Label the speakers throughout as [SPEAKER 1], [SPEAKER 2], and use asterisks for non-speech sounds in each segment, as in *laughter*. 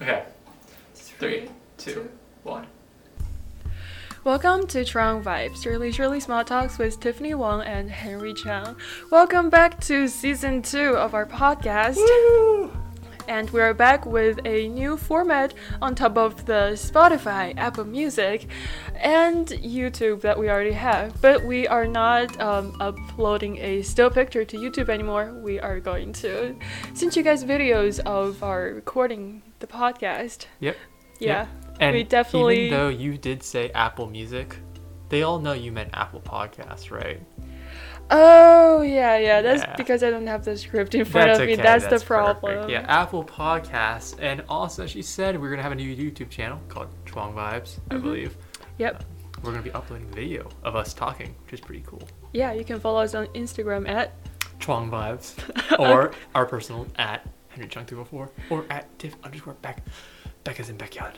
[SPEAKER 1] Okay. Three, two, one.
[SPEAKER 2] Welcome to Trong Vibes, your leisurely small talks with Tiffany Wong and Henry Chang. Welcome back to season two of our podcast. And we are back with a new format on top of the Spotify, Apple Music, and YouTube that we already have. But we are not um, uploading a still picture to YouTube anymore. We are going to send you guys videos of our recording the podcast.
[SPEAKER 1] Yep.
[SPEAKER 2] Yeah.
[SPEAKER 1] And
[SPEAKER 2] We definitely-
[SPEAKER 1] even though you did say Apple Music, they all know you meant Apple Podcasts, right?
[SPEAKER 2] Oh yeah, yeah. That's
[SPEAKER 1] Yeah.
[SPEAKER 2] because I don't have the script in front of me.
[SPEAKER 1] okay,
[SPEAKER 2] That's, the
[SPEAKER 1] perfect.
[SPEAKER 2] problem.
[SPEAKER 1] Yeah, Apple Podcasts, and also she said we're gonna have a new YouTube channel called Chuang Vibes,
[SPEAKER 2] Mm-hmm.
[SPEAKER 1] I believe.
[SPEAKER 2] Yep.
[SPEAKER 1] We're gonna be uploading video of us talking, which is pretty cool.
[SPEAKER 2] Yeah. You can follow us on Instagram at
[SPEAKER 1] Chuang Vibes,
[SPEAKER 2] *laughs*
[SPEAKER 1] or our personal at Henry Chung two hundred four, or at Tiff underscore Beck, Becca's in backyard.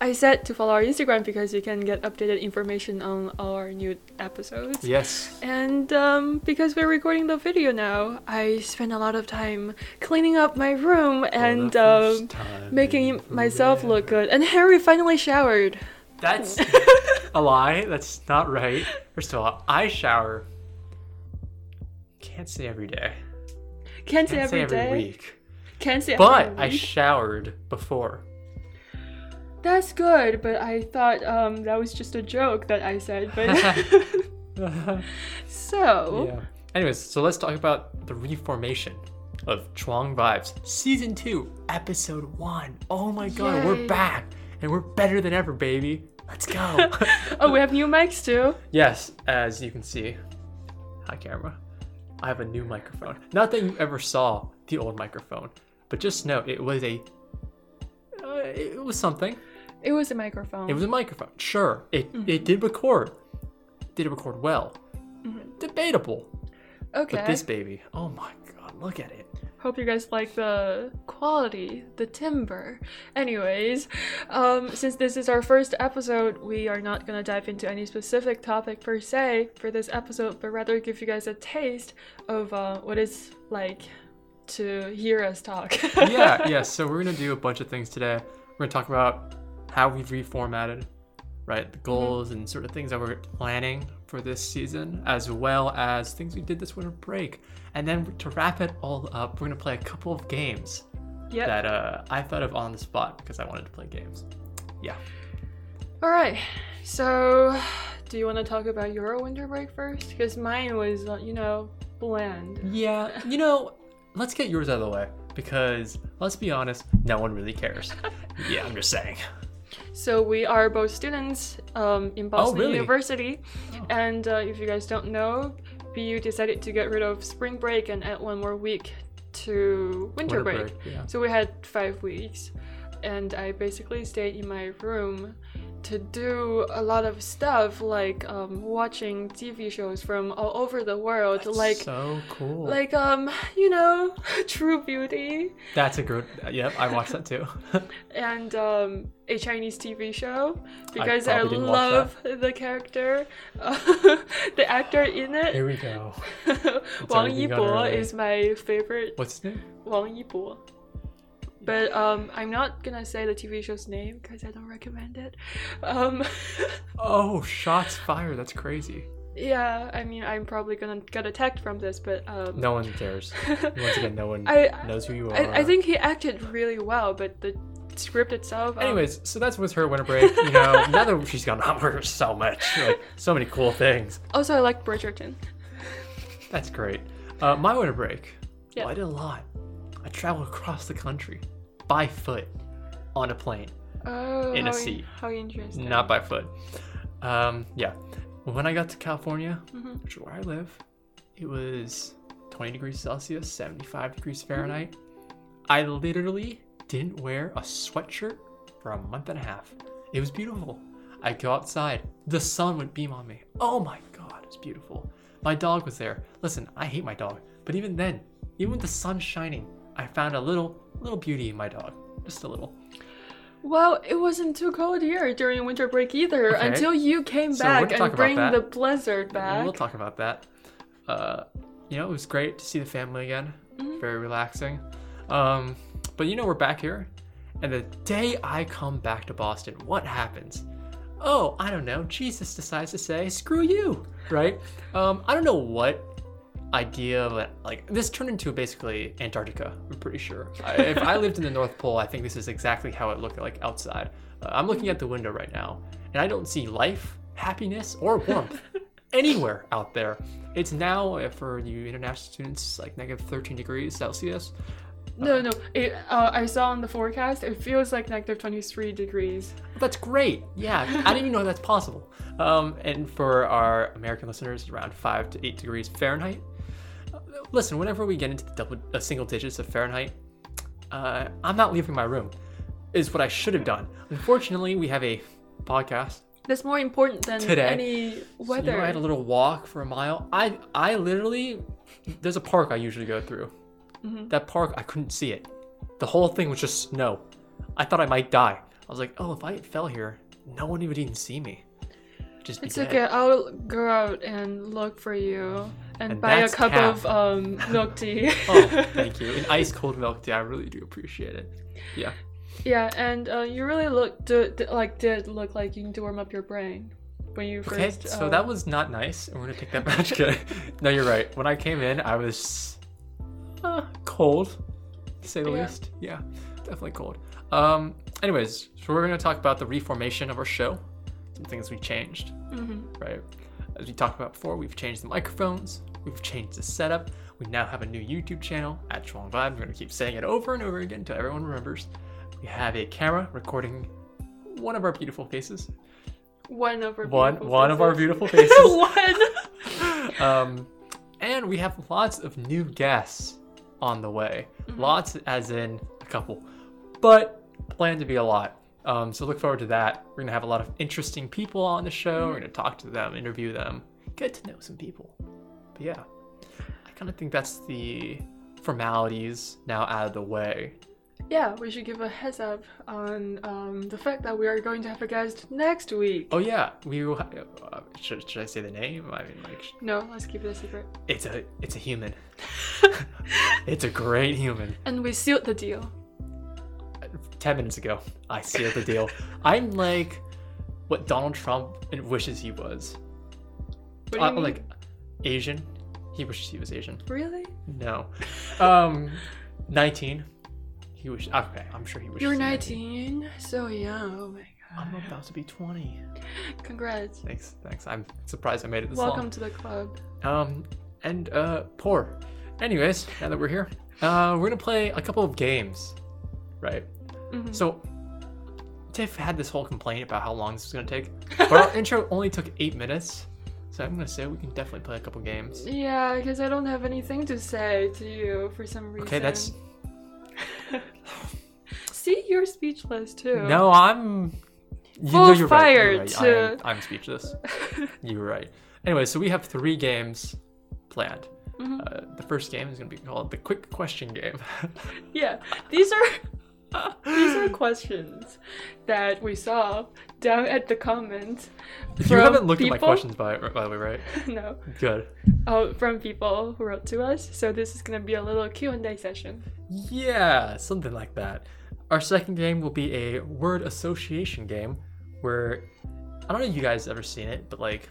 [SPEAKER 2] I said to follow our Instagram because you can get updated information on our new episodes.
[SPEAKER 1] Yes.
[SPEAKER 2] And um, because we're recording the video now, I spent a lot of time cleaning up my room and um, making myself look good. And Harry finally showered. *laughs*
[SPEAKER 1] That's a lie. That's not right. First of all, I shower. Can't say every day.
[SPEAKER 2] Can't say
[SPEAKER 1] Can't say
[SPEAKER 2] every
[SPEAKER 1] every
[SPEAKER 2] day.
[SPEAKER 1] week.
[SPEAKER 2] Can't say
[SPEAKER 1] But
[SPEAKER 2] every
[SPEAKER 1] I
[SPEAKER 2] week.
[SPEAKER 1] showered
[SPEAKER 2] *laughs*
[SPEAKER 1] before.
[SPEAKER 2] That's good, but I thought um, that was just a joke that I said.
[SPEAKER 1] *laughs*
[SPEAKER 2] But *laughs* so,
[SPEAKER 1] Yeah. Anyways, so let's talk about the reformation of Chuang Vibes, season two, episode one. Oh my god,
[SPEAKER 2] Yay.
[SPEAKER 1] we're back and we're better than ever, baby. Let's
[SPEAKER 2] *laughs*
[SPEAKER 1] go.
[SPEAKER 2] oh, we have new mics too.
[SPEAKER 1] yes, as you can see, hi camera. I have a new microphone. Not that you ever saw the old microphone, but just know it was a. Uh, it was something.
[SPEAKER 2] It was a microphone.
[SPEAKER 1] It was a microphone. Sure, it it did record. Did it record well? Debatable.
[SPEAKER 2] okay.
[SPEAKER 1] But this baby, oh my god, look at it.
[SPEAKER 2] Hope you guys like the quality, the timbre. Anyways, um, since this is our first episode, we are not gonna dive into any specific topic per se for this episode, but rather give you guys a taste of uh, what it's like to hear us talk.
[SPEAKER 1] yeah, yeah. So we're gonna do a bunch of things today. We're gonna talk about how we've reformatted, right?
[SPEAKER 2] Mm-hmm.
[SPEAKER 1] The goals and sort of things that we're planning for this season, as well as things we did this winter break. And then to wrap it all up, we're gonna play a couple of games
[SPEAKER 2] *laughs* Yep.
[SPEAKER 1] that uh, I thought of on the spot because I wanted to play games. Yeah.
[SPEAKER 2] All right. So, do you want to talk about your winter break first? Because mine was, uh, you know, bland.
[SPEAKER 1] Yeah, you know, let's get yours out of the way because let's be honest, no one really
[SPEAKER 2] *laughs*
[SPEAKER 1] cares. yeah, I'm just saying.
[SPEAKER 2] So we are both students um, in Boston
[SPEAKER 1] really?
[SPEAKER 2] University, and uh, if you guys don't know, BU decided to get rid of spring break and add one more week to winter, break.
[SPEAKER 1] Yeah.
[SPEAKER 2] So we had five weeks, and I basically stayed in my room to do a lot of stuff like um, watching TV shows from all over the world, like
[SPEAKER 1] so cool.
[SPEAKER 2] like um you know *laughs* true beauty
[SPEAKER 1] That's a good. Yep, I watched that *laughs* too.
[SPEAKER 2] and um a chinese tv show because i,
[SPEAKER 1] probably didn't watch
[SPEAKER 2] love the character *laughs* the actor in it
[SPEAKER 1] we go.
[SPEAKER 2] *laughs* wang
[SPEAKER 1] already gone
[SPEAKER 2] yibo
[SPEAKER 1] early.
[SPEAKER 2] is my favorite
[SPEAKER 1] What's his name?
[SPEAKER 2] wang yibo but um i'm not gonna say the tv show's name because i don't recommend it um *laughs*
[SPEAKER 1] Oh, shots fired. That's crazy.
[SPEAKER 2] yeah i mean i'm probably gonna get attacked from this but um *laughs*
[SPEAKER 1] No uh, one cares. Once again, no one
[SPEAKER 2] I-
[SPEAKER 1] knows who you are.
[SPEAKER 2] I, I think he acted really well but the script itself um,
[SPEAKER 1] Anyways, so that's was her winter break. You
[SPEAKER 2] *laughs*
[SPEAKER 1] know, now that she's gone on with so much, like so many cool things.
[SPEAKER 2] Also, I like Bridgerton.
[SPEAKER 1] That's great. Uh, my winter break.
[SPEAKER 2] Yeah.
[SPEAKER 1] Well, I did a lot. I traveled across the country by foot on a plane,
[SPEAKER 2] Oh,
[SPEAKER 1] In a
[SPEAKER 2] how,
[SPEAKER 1] seat.
[SPEAKER 2] how interesting.
[SPEAKER 1] not by foot. Um, yeah. When I got to California,
[SPEAKER 2] Mhm.
[SPEAKER 1] which is where I live, it was 20 degrees Celsius, 75 degrees Fahrenheit. I literally didn't wear a sweatshirt for a month and a half. It was beautiful. I go outside, the sun would beam on me. Oh my god, it's beautiful. My dog was there. Listen, I hate my dog, but even then, even with the sun shining, I found a little little beauty in my dog. Just a little.
[SPEAKER 2] Well, it wasn't too cold here during winter break either
[SPEAKER 1] Okay.
[SPEAKER 2] until you came
[SPEAKER 1] So we're
[SPEAKER 2] back
[SPEAKER 1] gonna talk
[SPEAKER 2] and
[SPEAKER 1] about
[SPEAKER 2] bring
[SPEAKER 1] that.
[SPEAKER 2] the blizzard back.
[SPEAKER 1] We'll talk about that. Uh, you know, it was great to see the family again. Very relaxing. Um, but you know, we're back here, And the day I come back to Boston, what happens? Oh, I don't know. Jesus decides to say, "Screw you," right? Um, I don't know what idea, but like this turned into basically Antarctica. I'm pretty sure. I, if I lived in the North Pole, I think this is exactly how it looked like outside. Uh, I'm looking at the window right now, and I don't see life, happiness, or warmth anywhere out there. It's now uh, for you international students like negative 13 degrees Celsius.
[SPEAKER 2] No, no. It, uh, I saw on the forecast. It feels like negative 23 degrees.
[SPEAKER 1] That's great. Yeah, I didn't even know that's possible. Um, and for our American listeners, around five to eight degrees Fahrenheit. Uh, Listen, whenever we get into the double, uh, single digits of Fahrenheit, uh, I'm not leaving my room. Is what I should have done. Unfortunately, we have a podcast.
[SPEAKER 2] That's more important than
[SPEAKER 1] Today.
[SPEAKER 2] any
[SPEAKER 1] So, you
[SPEAKER 2] weather.
[SPEAKER 1] know, I had a little walk for a mile. I I literally there's a park I usually go through.
[SPEAKER 2] Mm-hmm.
[SPEAKER 1] That park I couldn't see it. The whole thing was just snow. I thought I might die. I was like, oh, if I fell here, no one would even see me. I'd Just be
[SPEAKER 2] it's
[SPEAKER 1] dead.
[SPEAKER 2] okay. I'll go out and look for you and,
[SPEAKER 1] And
[SPEAKER 2] buy a
[SPEAKER 1] that's
[SPEAKER 2] cup
[SPEAKER 1] Kat.
[SPEAKER 2] of um, milk tea.
[SPEAKER 1] *laughs*
[SPEAKER 2] *laughs*
[SPEAKER 1] oh, thank you. An ice cold milk tea. I really do appreciate it. Yeah.
[SPEAKER 2] yeah, and uh, you really look do, d- like did look like you need to warm up your brain when you
[SPEAKER 1] Okay,
[SPEAKER 2] first.
[SPEAKER 1] so
[SPEAKER 2] uh,
[SPEAKER 1] that was not nice. and We're gonna pick that back. *laughs* Okay. No, you're right. When I came in, I was uh, cold, to say the
[SPEAKER 2] Yeah.
[SPEAKER 1] least. Yeah, definitely cold. Um. Anyways, so we're gonna talk about the reformation of our show. Some things we changed.
[SPEAKER 2] mhm.
[SPEAKER 1] right? As we talked about before, we've changed the microphones, we've changed the setup. We now have a new YouTube channel at Strong Vibe. We're gonna keep saying it over and over again until everyone remembers. We have a camera recording one of our beautiful faces.
[SPEAKER 2] one of our
[SPEAKER 1] One
[SPEAKER 2] beautiful
[SPEAKER 1] one of our
[SPEAKER 2] faces.
[SPEAKER 1] beautiful
[SPEAKER 2] *laughs*
[SPEAKER 1] faces. *laughs*
[SPEAKER 2] one.
[SPEAKER 1] um, and we have lots of new guests on the way. Lots, as in a couple, but plan to be a lot. Um, so look forward to that. We're gonna have a lot of interesting people on the show. We're gonna talk to them, interview them, get to know some people. But yeah, I kind of think that's the formalities now out of the way.
[SPEAKER 2] Yeah, we should give a heads up on um, the fact that we are going to have a guest next week.
[SPEAKER 1] Oh yeah, we will. Ha- uh, should, should I say the name? I mean, like, sh-
[SPEAKER 2] No, let's keep it a secret.
[SPEAKER 1] it's a it's a human. *laughs* it's a great human.
[SPEAKER 2] And we sealed the deal.
[SPEAKER 1] 10 minutes ago, I sealed the
[SPEAKER 2] *laughs*
[SPEAKER 1] deal. I'm like what Donald Trump wishes he was.
[SPEAKER 2] What do you
[SPEAKER 1] Uh,
[SPEAKER 2] mean?
[SPEAKER 1] like Asian. He wishes he was Asian.
[SPEAKER 2] really? *laughs*
[SPEAKER 1] No. Um 19. He wish Okay, I'm sure he wishes.
[SPEAKER 2] You're
[SPEAKER 1] he was
[SPEAKER 2] 19, so young. Oh my god.
[SPEAKER 1] I'm about to be 20.
[SPEAKER 2] Congrats.
[SPEAKER 1] Thanks. Thanks. I'm surprised I made it this
[SPEAKER 2] Welcome to the club.
[SPEAKER 1] long. Um and uh poor. Anyways, now that we're here, uh we're going to play a couple of games. Right.
[SPEAKER 2] Mhm.
[SPEAKER 1] So, Tiff had this whole complaint about how long this was gonna take, but
[SPEAKER 2] *laughs*
[SPEAKER 1] our intro only took eight minutes, so I'm gonna say we can definitely play a couple games.
[SPEAKER 2] Yeah, because I don't have anything to say to you for some reason.
[SPEAKER 1] Okay, that's
[SPEAKER 2] See, you're speechless too. *laughs*
[SPEAKER 1] no, I'm. You
[SPEAKER 2] Full
[SPEAKER 1] right,
[SPEAKER 2] fire
[SPEAKER 1] you're right, I am- I'm speechless. You're right. Anyway, so we have three games planned.
[SPEAKER 2] Mhm.
[SPEAKER 1] Uh, the first game is gonna be called the quick question game. *laughs*
[SPEAKER 2] Yeah, these are these are questions that we saw down at the comments.
[SPEAKER 1] you haven't looked at my
[SPEAKER 2] people-
[SPEAKER 1] questions by by the way, right?
[SPEAKER 2] no.
[SPEAKER 1] Good.
[SPEAKER 2] Oh, from people who wrote to us. So this is gonna be a little Q and A session.
[SPEAKER 1] Yeah, something like that. Our second game will be a word association game where I don't know if you guys ever seen it, but like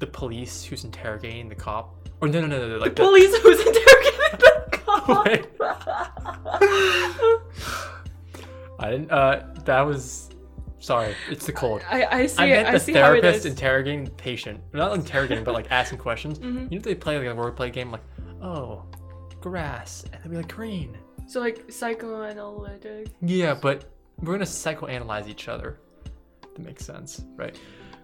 [SPEAKER 1] the police who's interrogating the cop. Or no, no, no, no, no, like the,
[SPEAKER 2] Police who's interrogating the cop.
[SPEAKER 1] Wait. *laughs* I didn't. Uh, that was sorry. It's the cold.
[SPEAKER 2] I, I see
[SPEAKER 1] I
[SPEAKER 2] it.
[SPEAKER 1] meant
[SPEAKER 2] I
[SPEAKER 1] the
[SPEAKER 2] see how it
[SPEAKER 1] therapist
[SPEAKER 2] is.
[SPEAKER 1] interrogating the patient. Not interrogating, but like
[SPEAKER 2] *laughs*
[SPEAKER 1] asking questions.
[SPEAKER 2] Mm-hmm.
[SPEAKER 1] You know, if they play like a wordplay game, like, oh, grass, and they'll be like green.
[SPEAKER 2] so like psychoanalytic.
[SPEAKER 1] Yeah, but we're gonna psychoanalyze each other. That makes sense, right?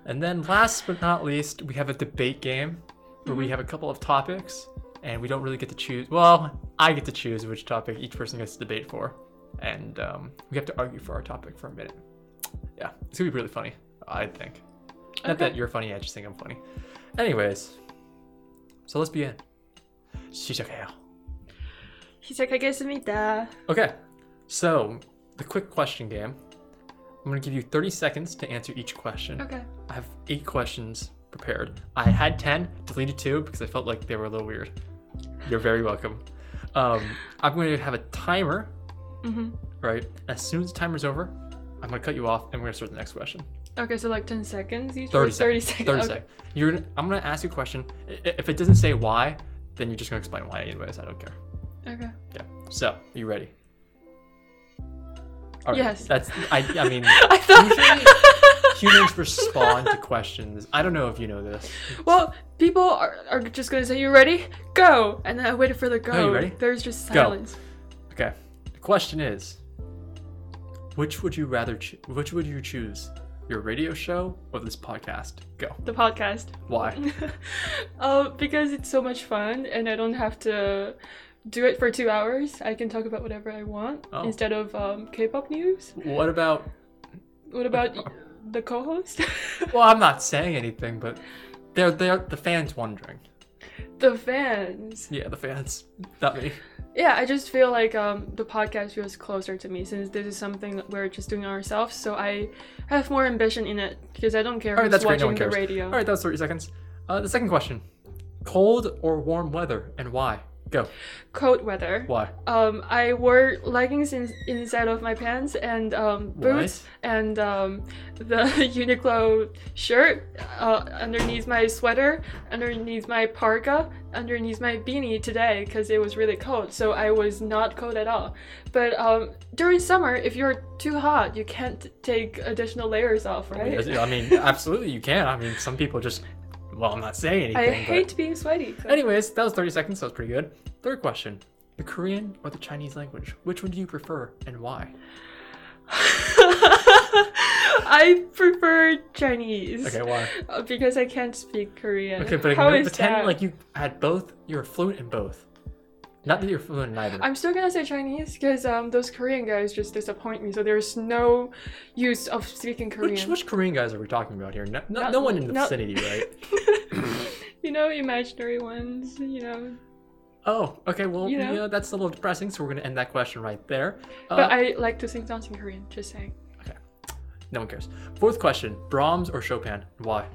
[SPEAKER 1] And then last but not least, we have a debate game where we have a couple of topics and we don't really get to choose. Well, I get to choose which topic each person gets to debate for. And um, we have to argue for our topic for a minute. Yeah, it's gonna be really funny, I think. Not
[SPEAKER 2] Okay.
[SPEAKER 1] that you're funny, I just think I'm funny. Anyways, so let's begin. 시작해요.
[SPEAKER 2] He's like, I guess me that.
[SPEAKER 1] Okay, so the quick question game. I'm gonna give you 30 seconds to answer each question.
[SPEAKER 2] Okay.
[SPEAKER 1] I have eight questions prepared. I had 10, deleted two because I felt like they were a little weird. You're very welcome. Um, I'm going to have a timer
[SPEAKER 2] Mm-hmm.
[SPEAKER 1] right? As soon as the timer's over, I'm gonna cut you off and we're gonna start the next question.
[SPEAKER 2] Okay, so like 10 seconds each? or
[SPEAKER 1] 30 seconds. 30
[SPEAKER 2] 30
[SPEAKER 1] seconds. You're gonna, I'm gonna ask you a question. I- i- If it doesn't say why, then you're just gonna explain why anyways. I don't care.
[SPEAKER 2] Okay. okay.
[SPEAKER 1] Yeah. So, you ready? All right,
[SPEAKER 2] Yes.
[SPEAKER 1] That's. I. I mean, *laughs*
[SPEAKER 2] *laughs* I thought.
[SPEAKER 1] humans respond to questions. I don't know if you know this.
[SPEAKER 2] well, people are, are just gonna say, You ready? Go! And then I waited for the go.
[SPEAKER 1] Oh, ready?
[SPEAKER 2] There's just silence.
[SPEAKER 1] Okay. The question is, which would you rather? Cho- which would you choose? Your radio show or this podcast? Go.
[SPEAKER 2] The podcast.
[SPEAKER 1] Why?
[SPEAKER 2] *laughs* uh, because it's so much fun and I don't have to do it for two hours. I can talk about whatever I want
[SPEAKER 1] Oh.
[SPEAKER 2] instead of um, K pop news.
[SPEAKER 1] What about? *laughs*
[SPEAKER 2] What about y- the co host?
[SPEAKER 1] Well, I'm not saying anything, but they're they're the fans wondering.
[SPEAKER 2] *laughs* the fans.
[SPEAKER 1] Yeah, the fans, not me.
[SPEAKER 2] Yeah, I just feel like um, the podcast feels closer to me since this is something we're just doing ourselves. So I have more ambition in it because I don't care
[SPEAKER 1] All right,
[SPEAKER 2] who's
[SPEAKER 1] that's great.
[SPEAKER 2] watching
[SPEAKER 1] No one
[SPEAKER 2] the
[SPEAKER 1] cares.
[SPEAKER 2] radio.
[SPEAKER 1] All right, that was 30 seconds. Uh, the second question: cold or warm weather, and why? Go.
[SPEAKER 2] Cold weather.
[SPEAKER 1] Why?
[SPEAKER 2] Um, I wore leggings in- inside of my pants and um, boots and um, the *laughs* Uniqlo shirt uh, underneath my sweater, underneath my parka, underneath my beanie today because it was really cold. So I was not cold at all. But um, during summer, if you're too hot, you can't take additional layers off, right?
[SPEAKER 1] Yes, I mean, absolutely, you can. I mean, some people just. Well, I'm not saying
[SPEAKER 2] I
[SPEAKER 1] anything. but-
[SPEAKER 2] hate being sweaty. so-
[SPEAKER 1] Anyways, that was 30 seconds. That was pretty good. Third question The Korean or the Chinese language? Which one do you prefer and why?
[SPEAKER 2] *laughs* I prefer Chinese.
[SPEAKER 1] Okay, why?
[SPEAKER 2] Uh, Because I can't speak
[SPEAKER 1] *laughs*
[SPEAKER 2] Korean.
[SPEAKER 1] Okay, but
[SPEAKER 2] How
[SPEAKER 1] ignore-
[SPEAKER 2] is
[SPEAKER 1] pretend
[SPEAKER 2] that?
[SPEAKER 1] like you had both. You're fluent in both. Not that you're fluent in either.
[SPEAKER 2] I'm still gonna say Chinese because um, those Korean guys just disappoint me. So there's no use of speaking Korean.
[SPEAKER 1] Which, which Korean guys are we talking about here? No, no,
[SPEAKER 2] Not-
[SPEAKER 1] no one in the
[SPEAKER 2] not-
[SPEAKER 1] vicinity, right?
[SPEAKER 2] *laughs* you know, imaginary ones. You know,
[SPEAKER 1] Oh, okay. Well,
[SPEAKER 2] You
[SPEAKER 1] you
[SPEAKER 2] know?
[SPEAKER 1] know? that's a little depressing, so we're going to end that question right there. Uh,
[SPEAKER 2] but I like to sing songs in Korean. Just saying.
[SPEAKER 1] no one cares. Fourth question Brahms or Chopin? Why?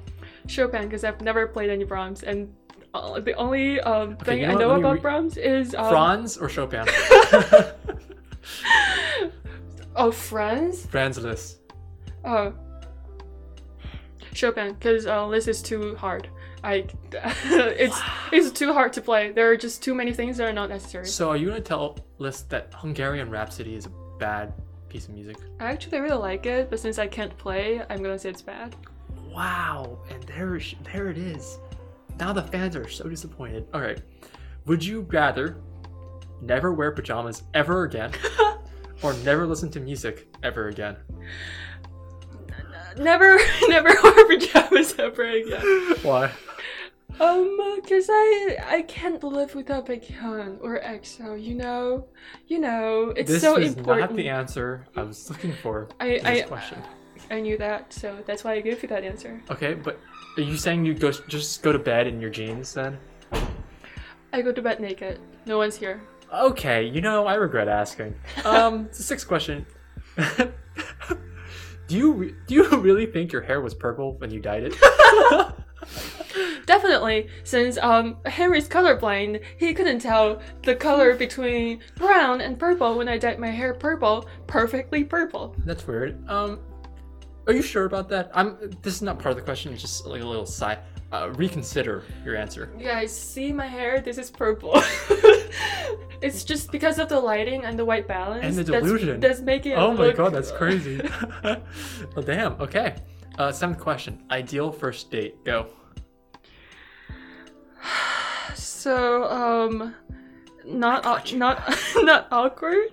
[SPEAKER 2] Chopin because I've never played any Brahms, and uh, the only um, thing
[SPEAKER 1] you
[SPEAKER 2] I
[SPEAKER 1] know what?
[SPEAKER 2] know
[SPEAKER 1] Let me
[SPEAKER 2] about
[SPEAKER 1] re-
[SPEAKER 2] Brahms is um,
[SPEAKER 1] Franz or *laughs* Chopin?
[SPEAKER 2] oh Franz.
[SPEAKER 1] Franz Liszt.
[SPEAKER 2] Oh. Chopin, because uh, this is too hard. I, *laughs* it's it's too hard to play. There are just too many things that are not necessary.
[SPEAKER 1] So are you gonna tell List that Hungarian Rhapsody is a bad piece of music?
[SPEAKER 2] I actually really like it, but since I can't play, I'm gonna say it's bad.
[SPEAKER 1] Wow, and there, sh- there it is. Now the fans are so disappointed. All right, would you rather never wear pajamas ever again, *laughs* or never listen to music ever *laughs* again?
[SPEAKER 2] Uh, Never, *laughs* never wear pajamas ever again.
[SPEAKER 1] Why?
[SPEAKER 2] Um, cause I I can't live without Baekhyun or EXO. You know, you know, it's
[SPEAKER 1] this
[SPEAKER 2] so
[SPEAKER 1] was
[SPEAKER 2] important.
[SPEAKER 1] not the answer I was looking for.
[SPEAKER 2] I-
[SPEAKER 1] to this
[SPEAKER 2] I-
[SPEAKER 1] question.
[SPEAKER 2] I knew that, so that's why I gave you that answer.
[SPEAKER 1] Okay, but are you saying you'd go just go to bed in your jeans then?
[SPEAKER 2] I go to bed naked. No one's here.
[SPEAKER 1] Okay, you know, I regret asking. Um, sixth question. *laughs* do you re- do you really think your hair was purple when you dyed
[SPEAKER 2] *laughs*
[SPEAKER 1] it?
[SPEAKER 2] Definitely, since um Henry's colorblind, he couldn't tell the color between brown and purple when I dyed my hair purple, perfectly purple.
[SPEAKER 1] That's weird. Um, are you sure about that? I'm. This is not part of the question. It's just like a little side. Uh, reconsider your answer.
[SPEAKER 2] You guys see my hair? This is purple. *laughs* it's just because of the lighting and the white balance.
[SPEAKER 1] And the
[SPEAKER 2] that's-
[SPEAKER 1] delusion.
[SPEAKER 2] That's, making it
[SPEAKER 1] Oh my
[SPEAKER 2] look-
[SPEAKER 1] god, that's crazy. *laughs* well, damn. Okay. Uh, seventh question. Ideal first date. Go.
[SPEAKER 2] So um, not au- not *laughs* not awkward.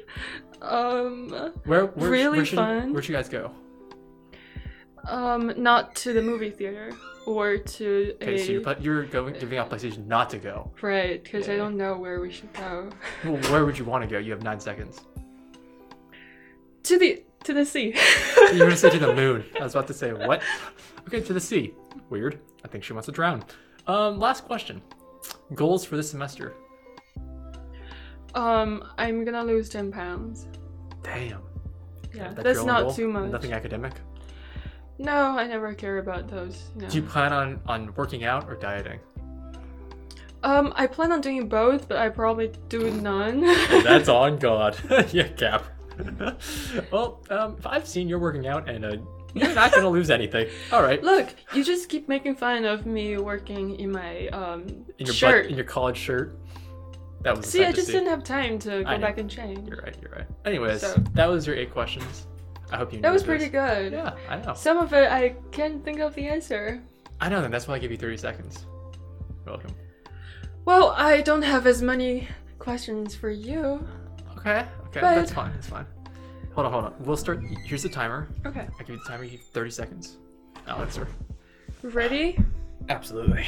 [SPEAKER 2] Um,
[SPEAKER 1] Where? where
[SPEAKER 2] Really
[SPEAKER 1] where should,
[SPEAKER 2] fun.
[SPEAKER 1] Where should you guys go?
[SPEAKER 2] um, not to the movie theater or to
[SPEAKER 1] Okay,
[SPEAKER 2] a
[SPEAKER 1] so you're, pla- you're going giving out PlayStation not to go.
[SPEAKER 2] right because I
[SPEAKER 1] Yeah.
[SPEAKER 2] don't know where we should go.
[SPEAKER 1] Well, where would you want to go? You have nine seconds.
[SPEAKER 2] to the to the sea.
[SPEAKER 1] You were gonna say to
[SPEAKER 2] *laughs*
[SPEAKER 1] the moon. I was about to say what? Okay, to the sea. Weird. I think she wants to drown. Um, last question. Goals for this semester.
[SPEAKER 2] um, I'm gonna lose ten pounds.
[SPEAKER 1] Damn.
[SPEAKER 2] Yeah,
[SPEAKER 1] That's
[SPEAKER 2] that's
[SPEAKER 1] your only
[SPEAKER 2] not
[SPEAKER 1] goal?
[SPEAKER 2] too much.
[SPEAKER 1] Nothing academic.
[SPEAKER 2] No, I never care about those. You know.
[SPEAKER 1] Do you plan on on working out or dieting?
[SPEAKER 2] Um, I plan on doing both, but I probably do none.
[SPEAKER 1] on God. *laughs* yeah, Cap. well, um, if I've seen you're working out and uh, you're not gonna lose anything. All right.
[SPEAKER 2] *laughs* Look, you just keep making fun of me working in my um
[SPEAKER 1] In your
[SPEAKER 2] shirt.
[SPEAKER 1] butt, in your college shirt. That was. a
[SPEAKER 2] see,
[SPEAKER 1] sight
[SPEAKER 2] I
[SPEAKER 1] to
[SPEAKER 2] just
[SPEAKER 1] see.
[SPEAKER 2] didn't have time to
[SPEAKER 1] I
[SPEAKER 2] go
[SPEAKER 1] know.
[SPEAKER 2] back and change.
[SPEAKER 1] You're right. You're right. Anyways,
[SPEAKER 2] So-
[SPEAKER 1] that was your eight questions. I hope you.
[SPEAKER 2] That was
[SPEAKER 1] enjoyed
[SPEAKER 2] pretty
[SPEAKER 1] this.
[SPEAKER 2] good.
[SPEAKER 1] Yeah, I know.
[SPEAKER 2] Some of it I can't think of the answer.
[SPEAKER 1] I know. And that's why I give you 30 seconds. You're welcome.
[SPEAKER 2] Well, I don't have as many questions for you.
[SPEAKER 1] Okay. Okay.
[SPEAKER 2] But-
[SPEAKER 1] That's fine. That's fine. Hold on. Hold on. We'll start. Here's the timer.
[SPEAKER 2] Okay.
[SPEAKER 1] I give you the timer. You have 30 seconds. I'll answer.
[SPEAKER 2] Ready?
[SPEAKER 1] Absolutely.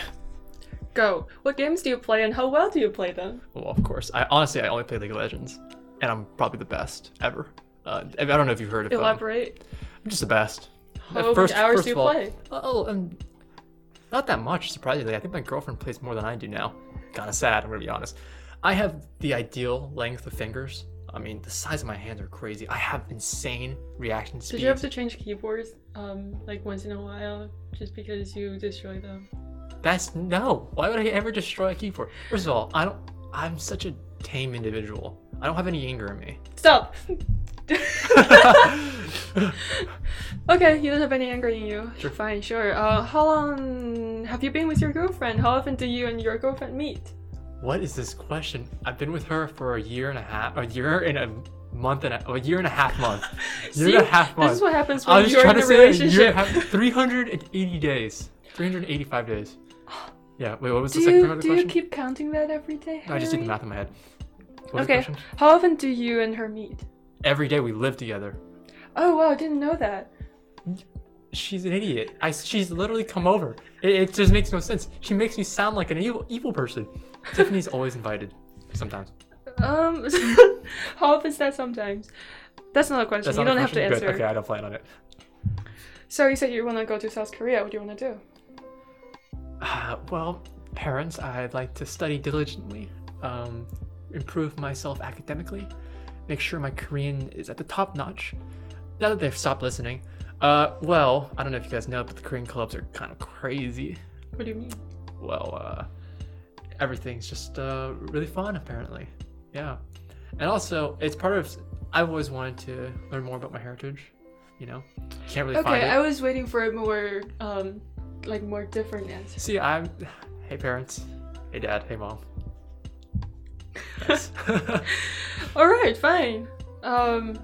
[SPEAKER 2] Go. What games do you play and how well do you play them?
[SPEAKER 1] Well, of course. I honestly, I only play League of Legends, and I'm probably the best ever. Uh, I don't know if you've heard of it. I'm
[SPEAKER 2] Elaborate.
[SPEAKER 1] just the best.
[SPEAKER 2] How many hours do you
[SPEAKER 1] of all-
[SPEAKER 2] play?
[SPEAKER 1] Oh, um, not that much, surprisingly. I think my girlfriend plays more than I do now. Kind of sad, I'm going to be honest. I have the ideal length of fingers. I mean, the size of my hands are crazy. I have insane reaction speed.
[SPEAKER 2] Did you have to change keyboards um like once in a while just because you destroy them?
[SPEAKER 1] That's no. Why would I ever destroy a keyboard? First of all, I don't. I'm such a tame individual. I don't have any anger in me.
[SPEAKER 2] Stop. *laughs*
[SPEAKER 1] *laughs*
[SPEAKER 2] okay, you don't have any anger in you.
[SPEAKER 1] Sure.
[SPEAKER 2] Fine, sure. Uh, how long have you been with your girlfriend? How often do you and your girlfriend meet?
[SPEAKER 1] what is this question? I've been with her for a year and a half, a year and a month and a, a year and a half
[SPEAKER 2] *laughs*
[SPEAKER 1] month. year
[SPEAKER 2] See,
[SPEAKER 1] and a half month.
[SPEAKER 2] This is what happens
[SPEAKER 1] I
[SPEAKER 2] when
[SPEAKER 1] was
[SPEAKER 2] you're
[SPEAKER 1] trying
[SPEAKER 2] in
[SPEAKER 1] to
[SPEAKER 2] a
[SPEAKER 1] say a year
[SPEAKER 2] relationship.
[SPEAKER 1] and a half, 380 days. 385
[SPEAKER 2] *gasps*
[SPEAKER 1] days. Yeah, wait, what was
[SPEAKER 2] Do
[SPEAKER 1] the second part
[SPEAKER 2] you
[SPEAKER 1] of the
[SPEAKER 2] do you
[SPEAKER 1] question?
[SPEAKER 2] keep counting that every day?
[SPEAKER 1] No, I just did the
[SPEAKER 2] Harry?
[SPEAKER 1] math in my head. What was the
[SPEAKER 2] Okay.
[SPEAKER 1] question?
[SPEAKER 2] How often do you and her meet?
[SPEAKER 1] Every day we live together.
[SPEAKER 2] Oh wow, didn't know that.
[SPEAKER 1] She's an idiot. I, she's literally come over. It, it just makes no sense. She makes me sound like an evil, evil person. Tiffany's always invited.
[SPEAKER 2] *laughs*
[SPEAKER 1] Sometimes.
[SPEAKER 2] Um, how often is that sometimes? That's not a question.
[SPEAKER 1] That's
[SPEAKER 2] you
[SPEAKER 1] not a
[SPEAKER 2] don't have to
[SPEAKER 1] question? Good.
[SPEAKER 2] answer.
[SPEAKER 1] Okay, I don't plan on it.
[SPEAKER 2] So you said you want to go to South Korea. What do you want to do?
[SPEAKER 1] Uh, well, parents, I'd like to study diligently, um, improve myself academically, make sure my Korean is at the top notch. Now that they've stopped listening, uh, well, I don't know if you guys know, but the Korean clubs are kind of crazy.
[SPEAKER 2] What do you mean?
[SPEAKER 1] Well, uh, everything's just uh, really fun, apparently. Yeah. And also, it's part of. I've always wanted to learn more about my heritage, you know? Can't really find
[SPEAKER 2] Okay,
[SPEAKER 1] it.
[SPEAKER 2] I was waiting for a more um, like more different *laughs* answer.
[SPEAKER 1] See, I'm. Hey, parents. Hey, dad. Hey,
[SPEAKER 2] *laughs*
[SPEAKER 1] mom. Thanks.
[SPEAKER 2] All right, fine. Um,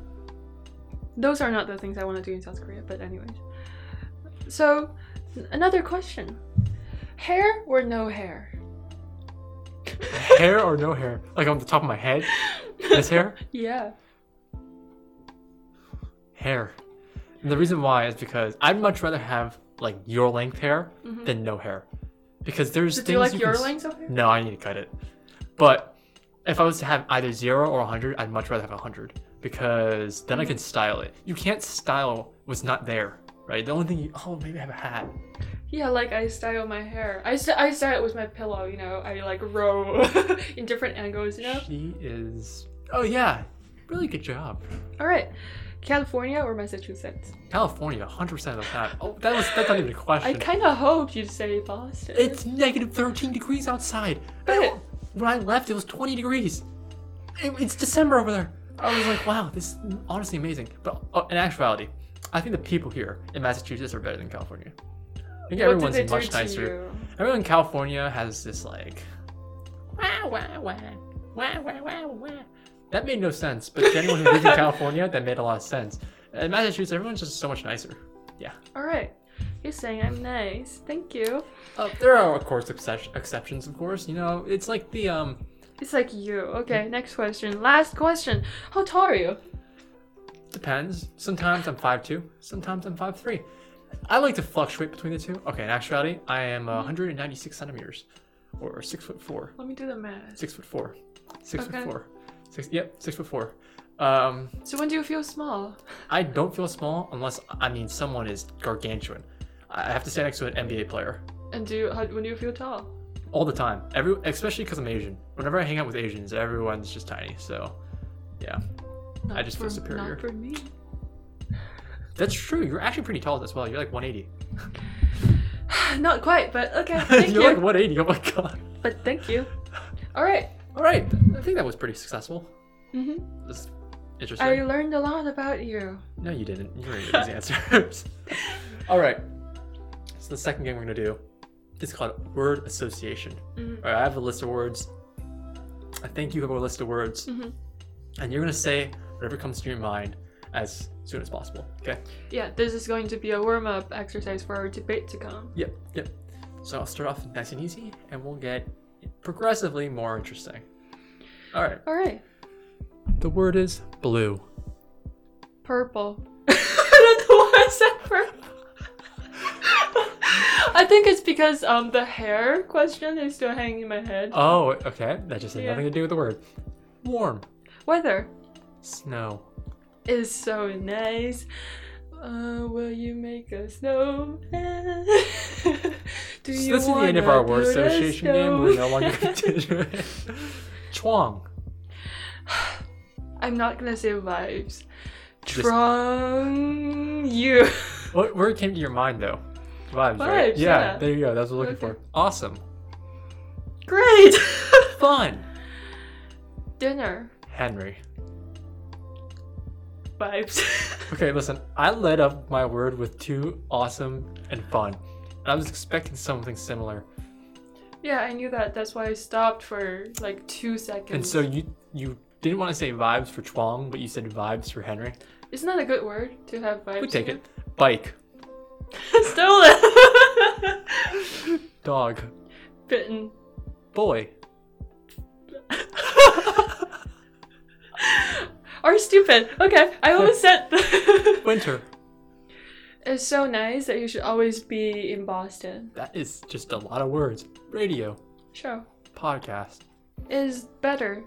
[SPEAKER 2] those are not the things I want to do in South Korea, but anyways. So, n- another question: hair or no hair?
[SPEAKER 1] hair or no hair? Like on the top of my head? This hair?
[SPEAKER 2] Yeah.
[SPEAKER 1] Hair. And the reason why is because I'd much rather have like your length hair
[SPEAKER 2] Mhm.
[SPEAKER 1] than no hair, because there's
[SPEAKER 2] Did
[SPEAKER 1] things
[SPEAKER 2] you like
[SPEAKER 1] you
[SPEAKER 2] your
[SPEAKER 1] can s-
[SPEAKER 2] length of hair?
[SPEAKER 1] No, I need to cut it. But if I was to have either zero or 100, I'd much rather have 100 because then I
[SPEAKER 2] Mm-hmm.
[SPEAKER 1] can style it. You can't style what's not there, right? The only thing you, oh, maybe I have a hat.
[SPEAKER 2] Yeah, like I style my hair. I, st- I style it with my pillow, you know. I like roll *laughs* in different angles, you know.
[SPEAKER 1] She is. Oh yeah, really good job.
[SPEAKER 2] All right, California or Massachusetts?
[SPEAKER 1] California, 100 percent of the time. Oh, that was that's not even a
[SPEAKER 2] I
[SPEAKER 1] question.
[SPEAKER 2] kind of hoped you'd say Boston.
[SPEAKER 1] It's negative 13 degrees outside.
[SPEAKER 2] But-
[SPEAKER 1] When I left, it was 20 degrees. It- it's December over there. I was like, wow, this is honestly amazing. But uh, in actuality, I think the people here in Massachusetts are better than California. I think
[SPEAKER 2] what did
[SPEAKER 1] everyone's
[SPEAKER 2] they do
[SPEAKER 1] much
[SPEAKER 2] to
[SPEAKER 1] nicer.
[SPEAKER 2] you?
[SPEAKER 1] Everyone in California has this like wah wah wah wah wah wah wah. That made no sense, but to anyone who lives in California, that made a lot of sense. In Massachusetts, everyone's just so much nicer.
[SPEAKER 2] All right, you're saying I'm nice. Thank you.
[SPEAKER 1] Uh, there are of course exce- exceptions, of course. You know, it's like the um.
[SPEAKER 2] It's like you. Okay, next question. Last question. How tall are you?
[SPEAKER 1] Depends. Sometimes I'm 5'2", sometimes I'm 5'3". I like to fluctuate between the two. Okay, in actuality, I am 196 centimeters, or six foot four.
[SPEAKER 2] Let me do the math.
[SPEAKER 1] Six foot four. Six
[SPEAKER 2] Okay.
[SPEAKER 1] foot four. Six. Yep, six foot four. Um,
[SPEAKER 2] So when do you feel small?
[SPEAKER 1] I don't feel small unless I mean someone is gargantuan. I I have to stand next to an NBA player
[SPEAKER 2] And do you, how, when do you feel tall?
[SPEAKER 1] all the time. Every especially because I'm Asian. Whenever I hang out with Asians, everyone's just tiny. So yeah,
[SPEAKER 2] Not
[SPEAKER 1] just
[SPEAKER 2] for,
[SPEAKER 1] feel superior.
[SPEAKER 2] Not for me.
[SPEAKER 1] that's true. You're actually pretty tall as well. You're like
[SPEAKER 2] *laughs*
[SPEAKER 1] 180.
[SPEAKER 2] *laughs* not quite, but okay.
[SPEAKER 1] *laughs*
[SPEAKER 2] Thank
[SPEAKER 1] You're
[SPEAKER 2] you.
[SPEAKER 1] like 180. Oh my god.
[SPEAKER 2] But thank you. All right.
[SPEAKER 1] All right, I think that was pretty successful.
[SPEAKER 2] Mm-hmm.
[SPEAKER 1] This Interesting.
[SPEAKER 2] I learned a lot about you.
[SPEAKER 1] No, you didn't. You
[SPEAKER 2] *laughs*
[SPEAKER 1] already knew these answers. All right. So the second game we're gonna do is called word association.
[SPEAKER 2] Mhm.
[SPEAKER 1] All right, I have a list of words. I think you have a list of words,
[SPEAKER 2] Mhm.
[SPEAKER 1] and you're gonna say whatever comes to your mind as soon as possible. Okay.
[SPEAKER 2] Yeah, this is going to be a warm up exercise for our debate to come.
[SPEAKER 1] Yep. Yep. So I'll start off nice and easy, and we'll get progressively more interesting. All right.
[SPEAKER 2] All right,
[SPEAKER 1] The word is blue.
[SPEAKER 2] *laughs* purple. I don't know why I said purple. *laughs* I think it's because um the hair question is still hanging in my head.
[SPEAKER 1] Oh, okay. That just had
[SPEAKER 2] Yeah.
[SPEAKER 1] nothing to do with the word. Warm.
[SPEAKER 2] Weather
[SPEAKER 1] Snow.
[SPEAKER 2] is so nice. Uh, will you make a snowman? *laughs* Do
[SPEAKER 1] So
[SPEAKER 2] you
[SPEAKER 1] this is the end of
[SPEAKER 2] wanna
[SPEAKER 1] our word
[SPEAKER 2] build a
[SPEAKER 1] association game. We're no
[SPEAKER 2] snow-
[SPEAKER 1] longer *laughs*
[SPEAKER 2] *laughs*
[SPEAKER 1] continue it. Chuang.
[SPEAKER 2] I'm not gonna say vibes.
[SPEAKER 1] Just-
[SPEAKER 2] Trong you. *laughs*
[SPEAKER 1] What word came to your mind though? Vibes,
[SPEAKER 2] Vibes,
[SPEAKER 1] right?
[SPEAKER 2] yeah.
[SPEAKER 1] There you go. That's what we're looking
[SPEAKER 2] Okay.
[SPEAKER 1] for. Awesome.
[SPEAKER 2] Great. *laughs*
[SPEAKER 1] Fun.
[SPEAKER 2] Dinner
[SPEAKER 1] Henry.
[SPEAKER 2] vibes. *laughs*
[SPEAKER 1] Okay, listen. I led up my word with two awesome and fun. And I was expecting something similar,
[SPEAKER 2] yeah, I knew that. That's why I stopped for like two seconds.
[SPEAKER 1] and so you you didn't want to say vibes for Chuang, but you said vibes for Henry.
[SPEAKER 2] isn't that a good word to have vibes?
[SPEAKER 1] We take
[SPEAKER 2] in
[SPEAKER 1] it. Bike.
[SPEAKER 2] *laughs* Stolen.
[SPEAKER 1] Dog.
[SPEAKER 2] Bitten. *laughs*
[SPEAKER 1] Boy.
[SPEAKER 2] Or stupid. Okay,
[SPEAKER 1] *laughs*
[SPEAKER 2] I always said.
[SPEAKER 1] Winter.
[SPEAKER 2] *laughs* it's so nice that you should always be in Boston.
[SPEAKER 1] That is just a lot of words. Radio.
[SPEAKER 2] Show
[SPEAKER 1] Podcast.
[SPEAKER 2] is better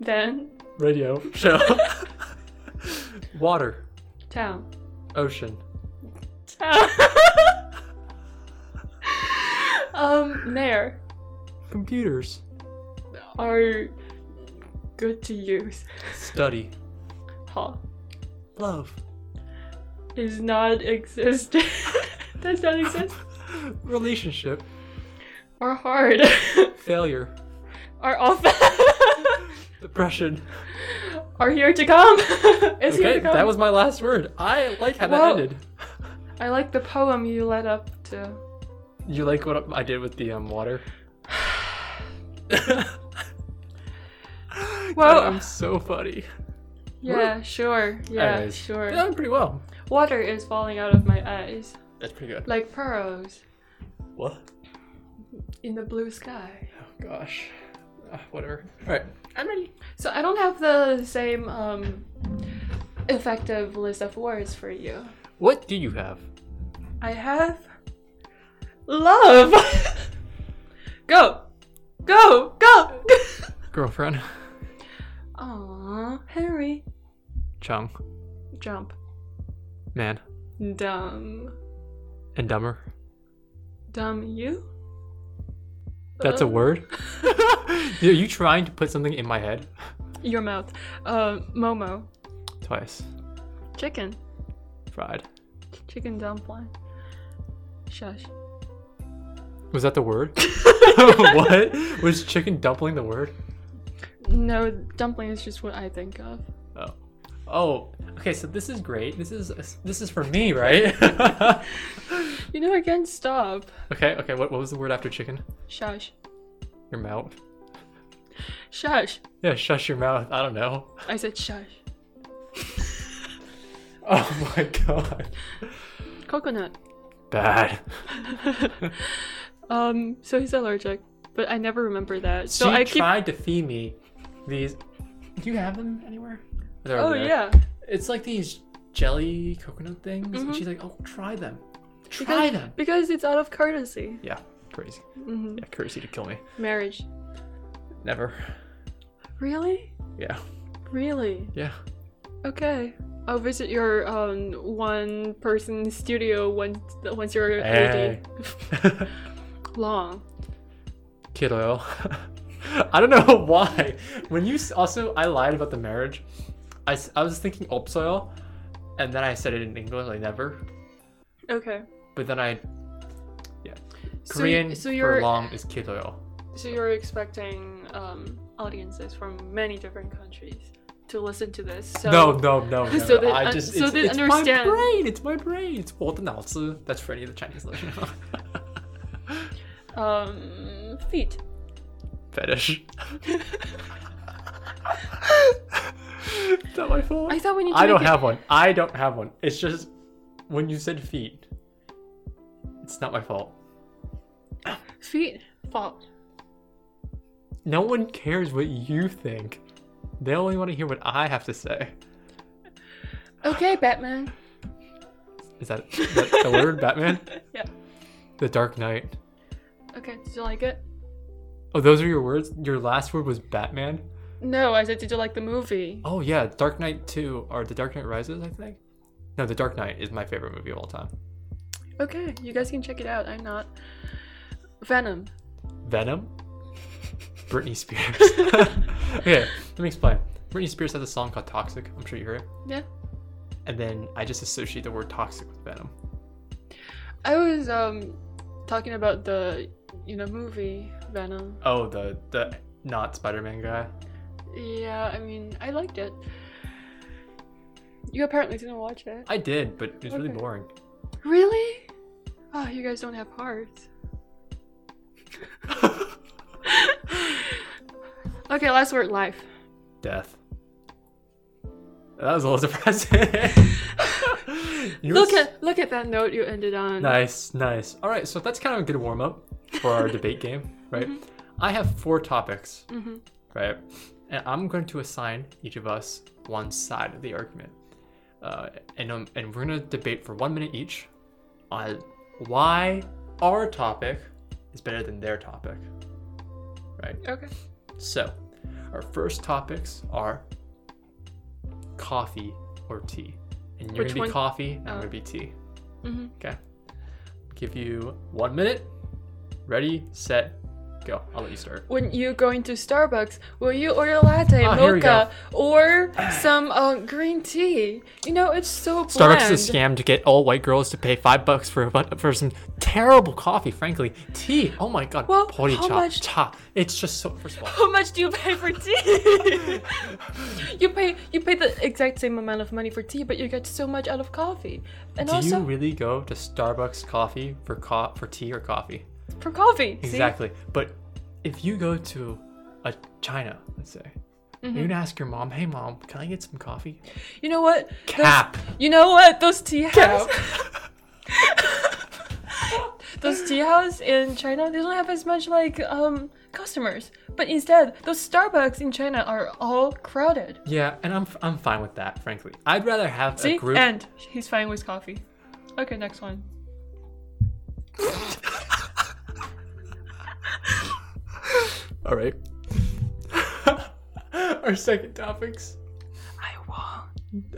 [SPEAKER 2] than
[SPEAKER 1] Radio.
[SPEAKER 2] *laughs*
[SPEAKER 1] Show. Water.
[SPEAKER 2] town.
[SPEAKER 1] Ocean.
[SPEAKER 2] Town. *laughs* um, there
[SPEAKER 1] Computers.
[SPEAKER 2] are good to use.
[SPEAKER 1] Study.
[SPEAKER 2] Hall
[SPEAKER 1] Love.
[SPEAKER 2] is not existent. *laughs* Does not exist.
[SPEAKER 1] Relationship.
[SPEAKER 2] Are hard. *laughs*
[SPEAKER 1] Failure.
[SPEAKER 2] are often.
[SPEAKER 1] Depression.
[SPEAKER 2] *laughs* are here to come. *laughs* is here
[SPEAKER 1] Okay,
[SPEAKER 2] to come.
[SPEAKER 1] that was my last word. I like how
[SPEAKER 2] Well-
[SPEAKER 1] that ended.
[SPEAKER 2] I like the poem you led up to. *sighs*
[SPEAKER 1] You like what I did with the um, water?
[SPEAKER 2] *laughs* Well-
[SPEAKER 1] I'm so funny.
[SPEAKER 2] Yeah, sure. Yeah,
[SPEAKER 1] Anyways.
[SPEAKER 2] sure.
[SPEAKER 1] Yeah, I'm pretty well.
[SPEAKER 2] Water is falling out of my eyes
[SPEAKER 1] That's pretty good.
[SPEAKER 2] like pearls
[SPEAKER 1] What?
[SPEAKER 2] in the blue sky.
[SPEAKER 1] Oh gosh. Ah, whatever. All right. I'm ready.
[SPEAKER 2] So I don't have the same um effective list of words for you.
[SPEAKER 1] What do you have?
[SPEAKER 2] I have love. *laughs* go. Go. Go. *laughs*
[SPEAKER 1] Girlfriend.
[SPEAKER 2] Aww, Henry,
[SPEAKER 1] Chung.
[SPEAKER 2] jump.
[SPEAKER 1] Man.
[SPEAKER 2] Dumb.
[SPEAKER 1] And dumber.
[SPEAKER 2] Dumb you?
[SPEAKER 1] That's a
[SPEAKER 2] Uh,
[SPEAKER 1] word?
[SPEAKER 2] *laughs*
[SPEAKER 1] Are you trying to put something in my head?
[SPEAKER 2] Your mouth. Uh, Momo.
[SPEAKER 1] Twice.
[SPEAKER 2] Chicken.
[SPEAKER 1] Fried.
[SPEAKER 2] Chicken dumpling. Shush.
[SPEAKER 1] Was that the *laughs* word? what? Was chicken dumpling the word?
[SPEAKER 2] No, dumpling is just what I think of.
[SPEAKER 1] Oh. Oh. Okay, so this is great. This is this is for me, right?
[SPEAKER 2] You know, I can't stop.
[SPEAKER 1] *laughs* okay, okay, what, what was the word after chicken?
[SPEAKER 2] Shush.
[SPEAKER 1] Your mouth.
[SPEAKER 2] Shush.
[SPEAKER 1] Yeah, shush your mouth. I don't know.
[SPEAKER 2] I said shush.
[SPEAKER 1] *laughs* Oh my god.
[SPEAKER 2] Coconut. *laughs*
[SPEAKER 1] Bad.
[SPEAKER 2] um, so he's allergic, but I never remember that. So
[SPEAKER 1] she
[SPEAKER 2] I keep.
[SPEAKER 1] tried to feed me these. Do you have them anywhere? They're
[SPEAKER 2] Oh,
[SPEAKER 1] over there.
[SPEAKER 2] yeah.
[SPEAKER 1] It's like these jelly coconut things.
[SPEAKER 2] Mhm.
[SPEAKER 1] And she's like, oh, try them. Try
[SPEAKER 2] Because,
[SPEAKER 1] them.
[SPEAKER 2] because it's out of courtesy.
[SPEAKER 1] Yeah, crazy.
[SPEAKER 2] hmm
[SPEAKER 1] Yeah, crazy to kill me.
[SPEAKER 2] Marriage.
[SPEAKER 1] Never.
[SPEAKER 2] Really?
[SPEAKER 1] Yeah.
[SPEAKER 2] Really?
[SPEAKER 1] Yeah.
[SPEAKER 2] Okay. I'll visit your um one person studio once once you're
[SPEAKER 1] Hey. *laughs* Kid
[SPEAKER 2] OD. Long.
[SPEAKER 1] Kiddo. *laughs* I don't know *laughs* why. When you s- also, I lied about the marriage. I, s- I was thinking upsoil, and then I said it in English, like never.
[SPEAKER 2] Okay.
[SPEAKER 1] But then I, yeah.
[SPEAKER 2] So y-
[SPEAKER 1] Korean
[SPEAKER 2] so you're-
[SPEAKER 1] for long is kiddo.
[SPEAKER 2] So you're expecting um audiences from many different countries. to listen to this. So
[SPEAKER 1] no, no, no, no.
[SPEAKER 2] *laughs* so
[SPEAKER 1] no.
[SPEAKER 2] they
[SPEAKER 1] I
[SPEAKER 2] un-
[SPEAKER 1] just,
[SPEAKER 2] so
[SPEAKER 1] it's,
[SPEAKER 2] they
[SPEAKER 1] it's
[SPEAKER 2] understand.
[SPEAKER 1] my brain. It's my brain. It's 我的脑子. That's for any of the Chinese listeners.
[SPEAKER 2] um, feet.
[SPEAKER 1] *laughs*
[SPEAKER 2] *laughs*
[SPEAKER 1] Fetish. *laughs* Is that my fault?
[SPEAKER 2] I thought we need to
[SPEAKER 1] I don't
[SPEAKER 2] make it-
[SPEAKER 1] have one. I don't have one. It's just when you said feet, it's not my fault.
[SPEAKER 2] Feet. Fault.
[SPEAKER 1] No one cares what you think. They only want to hear what I have to say.
[SPEAKER 2] Okay, Batman.
[SPEAKER 1] Is that, is that the word, Batman?
[SPEAKER 2] Yeah.
[SPEAKER 1] The Dark Knight.
[SPEAKER 2] Okay, did you like it?
[SPEAKER 1] Oh, those are your words? Your last word was Batman?
[SPEAKER 2] No, I said, did you like the movie?
[SPEAKER 1] Oh, yeah. Dark Knight 2 or The Dark Knight Rises, I think. No, The Dark Knight is my favorite movie of all time.
[SPEAKER 2] Okay, you guys can check it out. I'm not. Venom. *laughs*
[SPEAKER 1] Venom? Britney Spears. *laughs* okay, let me explain. Britney Spears has a song called Toxic. I'm sure you heard it.
[SPEAKER 2] Yeah.
[SPEAKER 1] And then I just associate the word toxic with Venom.
[SPEAKER 2] I was um talking about the you know movie Venom.
[SPEAKER 1] Oh, the the not Spider-Man guy.
[SPEAKER 2] Yeah, I mean I liked it. You apparently didn't watch it.
[SPEAKER 1] I did, but it was really
[SPEAKER 2] Okay.
[SPEAKER 1] boring.
[SPEAKER 2] Really? Oh, you guys don't have hearts. *laughs* okay, last word life.
[SPEAKER 1] Death. That was a little *laughs* depressing.
[SPEAKER 2] *laughs*
[SPEAKER 1] You were
[SPEAKER 2] Look
[SPEAKER 1] s-
[SPEAKER 2] at look at that note you ended on.
[SPEAKER 1] Nice, nice. All right, so that's kind of a good warm up for our debate game, right?
[SPEAKER 2] Mm-hmm.
[SPEAKER 1] I have four topics,
[SPEAKER 2] Mhm.
[SPEAKER 1] right? And I'm going to assign each of us one side of the argument, uh, and um, and we're gonna debate for one minute each on why our topic is better than their topic, right?
[SPEAKER 2] Okay.
[SPEAKER 1] So, our first topics are coffee or tea, and you're gonna
[SPEAKER 2] Which
[SPEAKER 1] be
[SPEAKER 2] one?
[SPEAKER 1] coffee, and I'm
[SPEAKER 2] Oh.
[SPEAKER 1] gonna be tea.
[SPEAKER 2] Mhm.
[SPEAKER 1] Okay. Give you one minute. Ready, set, go. I'll let you start.
[SPEAKER 2] When you go into Starbucks, will you order latte,
[SPEAKER 1] Ah, here we
[SPEAKER 2] mocha, or some uh, green tea? You know, it's so bland.
[SPEAKER 1] Starbucks is a scam to get all white girls to pay five bucks for a, bu- for some terrible coffee. Frankly, tea. Oh my god.
[SPEAKER 2] Well,
[SPEAKER 1] Potty
[SPEAKER 2] how
[SPEAKER 1] chop,
[SPEAKER 2] much-
[SPEAKER 1] cha. It's just so. First of all,
[SPEAKER 2] How much do you pay
[SPEAKER 1] *laughs*
[SPEAKER 2] for tea? you pay you pay the exact same amount of money for tea, but you get so much out of coffee. And
[SPEAKER 1] do
[SPEAKER 2] also
[SPEAKER 1] you really go to Starbucks coffee for co- for tea or coffee?
[SPEAKER 2] for coffee. see?
[SPEAKER 1] Exactly. But if you go to a China, let's say,
[SPEAKER 2] Mm-hmm.
[SPEAKER 1] you're gonna ask your mom, "Hey mom, can I get some coffee?"
[SPEAKER 2] You know what? Those-
[SPEAKER 1] Cap.
[SPEAKER 2] you know what? Those tea house. *laughs* those tea house in China, they don't have as much like um customers. But instead, those Starbucks in China are all crowded.
[SPEAKER 1] Yeah, and I'm I'm fine with that. Frankly, I'd rather have
[SPEAKER 2] See?
[SPEAKER 1] a group.
[SPEAKER 2] And he's fine with coffee. Okay, next one.
[SPEAKER 1] All right. *laughs* Our second topics
[SPEAKER 2] I won.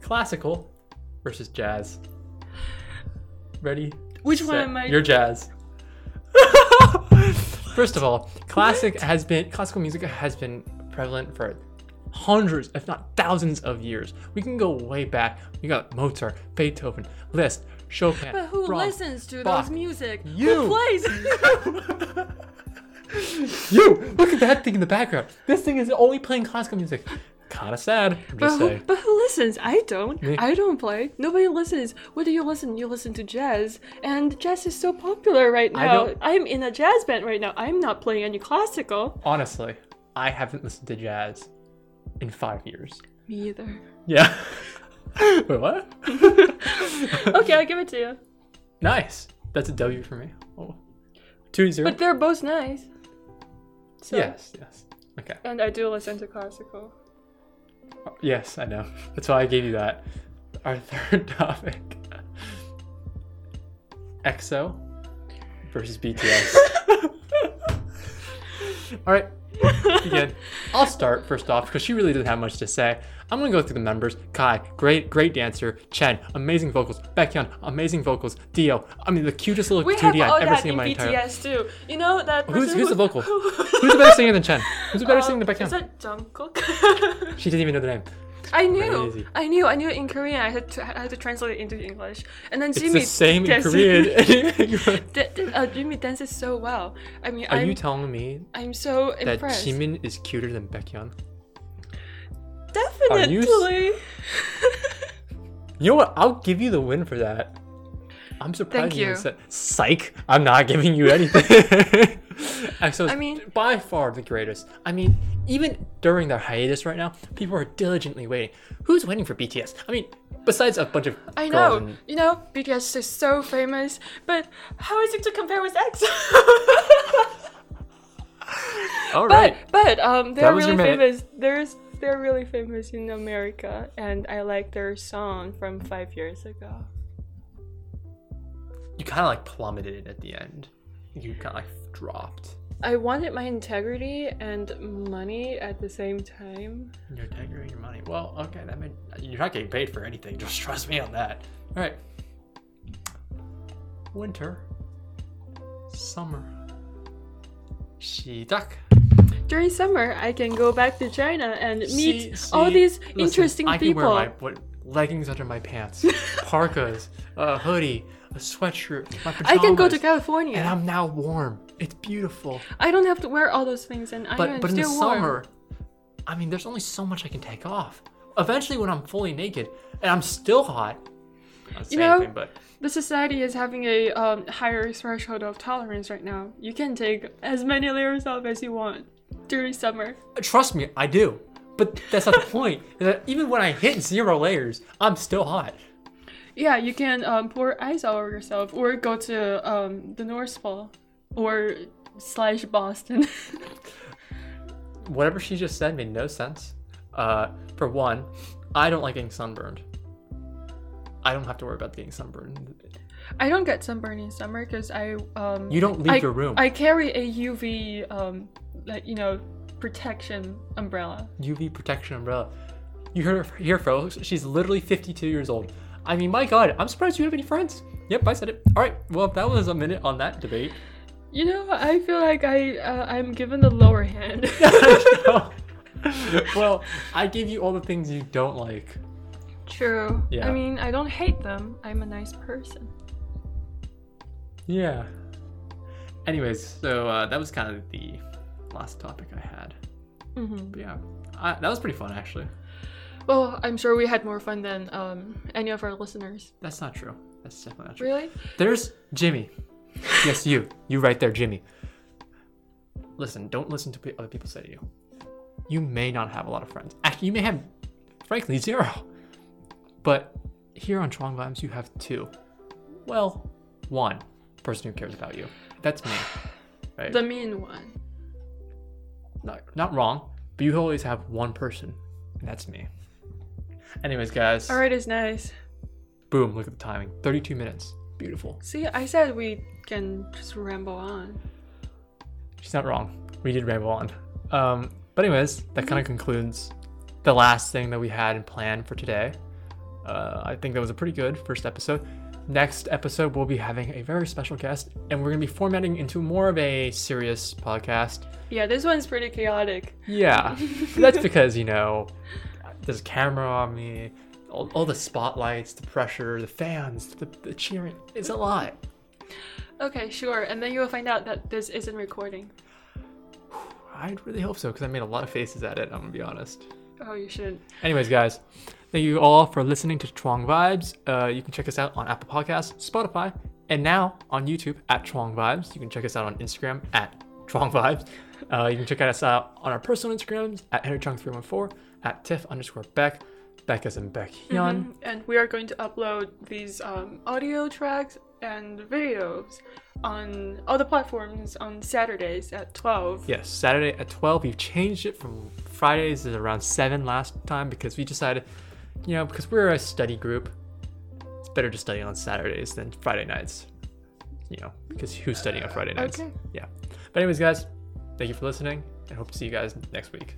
[SPEAKER 1] classical versus jazz. Ready?
[SPEAKER 2] Which
[SPEAKER 1] set,
[SPEAKER 2] one am I?
[SPEAKER 1] You're
[SPEAKER 2] *laughs*
[SPEAKER 1] jazz. First of all, classic has been classical music has been prevalent for hundreds, if not thousands of years. We can go way back. We got Mozart, Beethoven, Liszt, Chopin.
[SPEAKER 2] But who
[SPEAKER 1] Brahms.
[SPEAKER 2] listens to
[SPEAKER 1] Bach,
[SPEAKER 2] those music?
[SPEAKER 1] you.
[SPEAKER 2] Who plays?
[SPEAKER 1] *laughs* You look at that thing in the background. This thing is only playing classical music. Kind of sad. I'm
[SPEAKER 2] but,
[SPEAKER 1] just
[SPEAKER 2] who,
[SPEAKER 1] saying.
[SPEAKER 2] but who listens? I don't.
[SPEAKER 1] Me.
[SPEAKER 2] I don't play. Nobody listens. What do you listen? You listen to jazz, and jazz is so popular right
[SPEAKER 1] I
[SPEAKER 2] now.
[SPEAKER 1] don't-
[SPEAKER 2] I'm in a jazz band right now. I'm not playing any classical.
[SPEAKER 1] Honestly, I haven't listened to jazz in five years.
[SPEAKER 2] Me either.
[SPEAKER 1] Yeah. *laughs* Wait, what?
[SPEAKER 2] Okay, I'll give it to you.
[SPEAKER 1] Nice. That's a W for me. Oh. Two to zero.
[SPEAKER 2] But uh, they're both nice. So,
[SPEAKER 1] yes. Yes. Okay.
[SPEAKER 2] And I do listen to classical.
[SPEAKER 1] Yes, I know. That's why I gave you that. Our *laughs* third topic. EXO versus
[SPEAKER 2] *laughs*
[SPEAKER 1] BTS. All right. Begin. I'll start first off because she really didn't have much to say. I'm gonna go through the members. Kai, great, great dancer. Chen, amazing vocals. Baekhyun, amazing vocals. Dio, I mean the cutest little
[SPEAKER 2] We have
[SPEAKER 1] 2D
[SPEAKER 2] all
[SPEAKER 1] I've ever
[SPEAKER 2] that
[SPEAKER 1] seen in
[SPEAKER 2] in
[SPEAKER 1] my
[SPEAKER 2] BTS
[SPEAKER 1] entire life.
[SPEAKER 2] too. You know that person
[SPEAKER 1] Who's- who's the
[SPEAKER 2] *laughs*
[SPEAKER 1] vocal?
[SPEAKER 2] Who's
[SPEAKER 1] Who's a better singer than Chen? Who's
[SPEAKER 2] *laughs*
[SPEAKER 1] a better
[SPEAKER 2] singing
[SPEAKER 1] singer than Baekhyun?
[SPEAKER 2] Is that Jungkook? *laughs*
[SPEAKER 1] She didn't even know the name.
[SPEAKER 2] I knew,
[SPEAKER 1] Crazy.
[SPEAKER 2] I knew, I knew. In Korean, I had to, I had to translate it into English, and then
[SPEAKER 1] It's
[SPEAKER 2] Jimmy.
[SPEAKER 1] the same in
[SPEAKER 2] dances-
[SPEAKER 1] Korean.
[SPEAKER 2] *laughs*
[SPEAKER 1] *laughs*
[SPEAKER 2] Da- da- uh, Jimmy dances so well. I mean,
[SPEAKER 1] Are
[SPEAKER 2] I'm,
[SPEAKER 1] you telling me
[SPEAKER 2] I'm so
[SPEAKER 1] that
[SPEAKER 2] impressed.
[SPEAKER 1] Jimin is cuter than Baekhyun? Are you s-
[SPEAKER 2] Definitely.
[SPEAKER 1] You know what? I'll give you the win for that. I'm surprised
[SPEAKER 2] Thank
[SPEAKER 1] you,
[SPEAKER 2] you.
[SPEAKER 1] even said psych. I'm not giving you *laughs* anything. Exo
[SPEAKER 2] I mean-
[SPEAKER 1] by far the greatest. I mean, even during their hiatus right now, people are diligently waiting. Who's waiting for BTS? I mean, besides a bunch of
[SPEAKER 2] I
[SPEAKER 1] girls
[SPEAKER 2] know.
[SPEAKER 1] and-
[SPEAKER 2] You know, BTS is so famous, but how is it to compare with EXO?
[SPEAKER 1] All
[SPEAKER 2] *laughs* but
[SPEAKER 1] right.
[SPEAKER 2] but um, they're
[SPEAKER 1] That was
[SPEAKER 2] really
[SPEAKER 1] your minute.
[SPEAKER 2] famous. There's they're really famous in America, and I like their song from five years ago.
[SPEAKER 1] You kind of like plummeted at the end. You kind of like dropped
[SPEAKER 2] I wanted my integrity and money at the same time.
[SPEAKER 1] your integrity, and your money. Well, okay, that meant you're not getting paid for anything. Just trust me on that. All right. Winter, summer, shiitake.
[SPEAKER 2] During summer, I can go back to China and
[SPEAKER 1] See-
[SPEAKER 2] meet all
[SPEAKER 1] see,
[SPEAKER 2] these
[SPEAKER 1] listen,
[SPEAKER 2] interesting
[SPEAKER 1] I can
[SPEAKER 2] people.
[SPEAKER 1] wear my what, leggings under my
[SPEAKER 2] *laughs*
[SPEAKER 1] pants, parkas, a hoodie, a sweatshirt, my pajamas.
[SPEAKER 2] I can go to
[SPEAKER 1] And
[SPEAKER 2] California.
[SPEAKER 1] I'm now warm. It's beautiful.
[SPEAKER 2] I don't have to wear all those things, and I am
[SPEAKER 1] but but in the
[SPEAKER 2] still warm.
[SPEAKER 1] summer, I mean, there's only so much I can take off. Eventually, when I'm fully naked and I'm still hot, i
[SPEAKER 2] You know-
[SPEAKER 1] anything, but
[SPEAKER 2] The society is having a um, higher threshold of tolerance right now. You can take as many layers off as you want during summer.
[SPEAKER 1] uh, trust me, I do. But that's
[SPEAKER 2] *laughs*
[SPEAKER 1] not the point. is that Even when I hit zero layers, I'm still hot.
[SPEAKER 2] Yeah, you can um, pour ice all over yourself, or go to um, the North Pole, or slash Boston. *laughs*
[SPEAKER 1] Whatever she just said made no sense. Uh, for one, I don't like getting sunburned. I don't have to worry about getting sunburned.
[SPEAKER 2] I don't get sunburn in summer because I um,
[SPEAKER 1] You don't leave
[SPEAKER 2] I,
[SPEAKER 1] your room.
[SPEAKER 2] I carry a UV um, like, you know protection umbrella.
[SPEAKER 1] UV protection umbrella. You heard her here, folks. She's literally 52 years old. I mean, my God, I'm surprised you have any friends. Yep, I said it. All right, well, that was a minute on that debate. *laughs*
[SPEAKER 2] You know, I feel like I uh, I'm given the lower hand. *laughs*
[SPEAKER 1] well, I gave you all the things you don't like.
[SPEAKER 2] True.
[SPEAKER 1] Yeah.
[SPEAKER 2] I mean, I don't hate them. I'm a nice person.
[SPEAKER 1] Yeah. Anyways, so uh, that was kind of the last topic I had.
[SPEAKER 2] hmm
[SPEAKER 1] But yeah, I, that was pretty fun, actually.
[SPEAKER 2] Well, I'm sure we had more fun than um, any of our listeners.
[SPEAKER 1] That's not true. That's definitely not true.
[SPEAKER 2] Really?
[SPEAKER 1] There's Jimmy. Yes, you. You right there, Jimmy. Listen, don't listen to what other people say to you. You may not have a lot of friends. Actually, you may have, frankly, zero. But here on Strong Vibes, you have two. Well, one person who cares about you. That's me. Right?
[SPEAKER 2] The mean one.
[SPEAKER 1] not, not wrong, but you always have one person, and that's me. Anyways, guys.
[SPEAKER 2] All right, it's nice.
[SPEAKER 1] Boom! Look at the timing. 32 minutes. Beautiful.
[SPEAKER 2] See, I said we can just ramble on.
[SPEAKER 1] She's not wrong. We did ramble on. Um, but anyways, that kind of concludes the last thing that we had in plan for today. Uh, I think that was a pretty good first episode. Next episode, we'll be having a very special guest, and we're gonna be formatting into more of a serious podcast.
[SPEAKER 2] Yeah, this one's pretty chaotic.
[SPEAKER 1] Yeah, that's because you know there's a camera on me, all, all the spotlights, the pressure, the fans, the, the cheering. It's a lot.
[SPEAKER 2] Okay, sure. And then you'll find out that this isn't recording.
[SPEAKER 1] I really hope so because I made a lot of faces at it. I'm gonna be honest.
[SPEAKER 2] Oh, you shouldn't.
[SPEAKER 1] Anyways, guys, thank you all for listening to Chuang Vibes. Uh, you can check us out on Apple Podcasts, Spotify, and now on YouTube at Chuang Vibes. You can check us out on Instagram at Chuang Vibes. Uh, you can check us out on our personal Instagrams at HenryChung314, at Tiff underscore Beck, Beck as in Beck Hyun.
[SPEAKER 2] Mhm. And we are going to upload these um, audio tracks and videos on all the platforms on Saturdays at 12.
[SPEAKER 1] Yes, Saturday at 12. We've changed it from Fridays is around 7 last time because we decided, you know, because we're a study group, it's better to study on Saturdays than Friday nights. You know, because who's studying on Friday nights?
[SPEAKER 2] okay.
[SPEAKER 1] Yeah. But, anyways, guys, thank you for listening and hope to see you guys next week.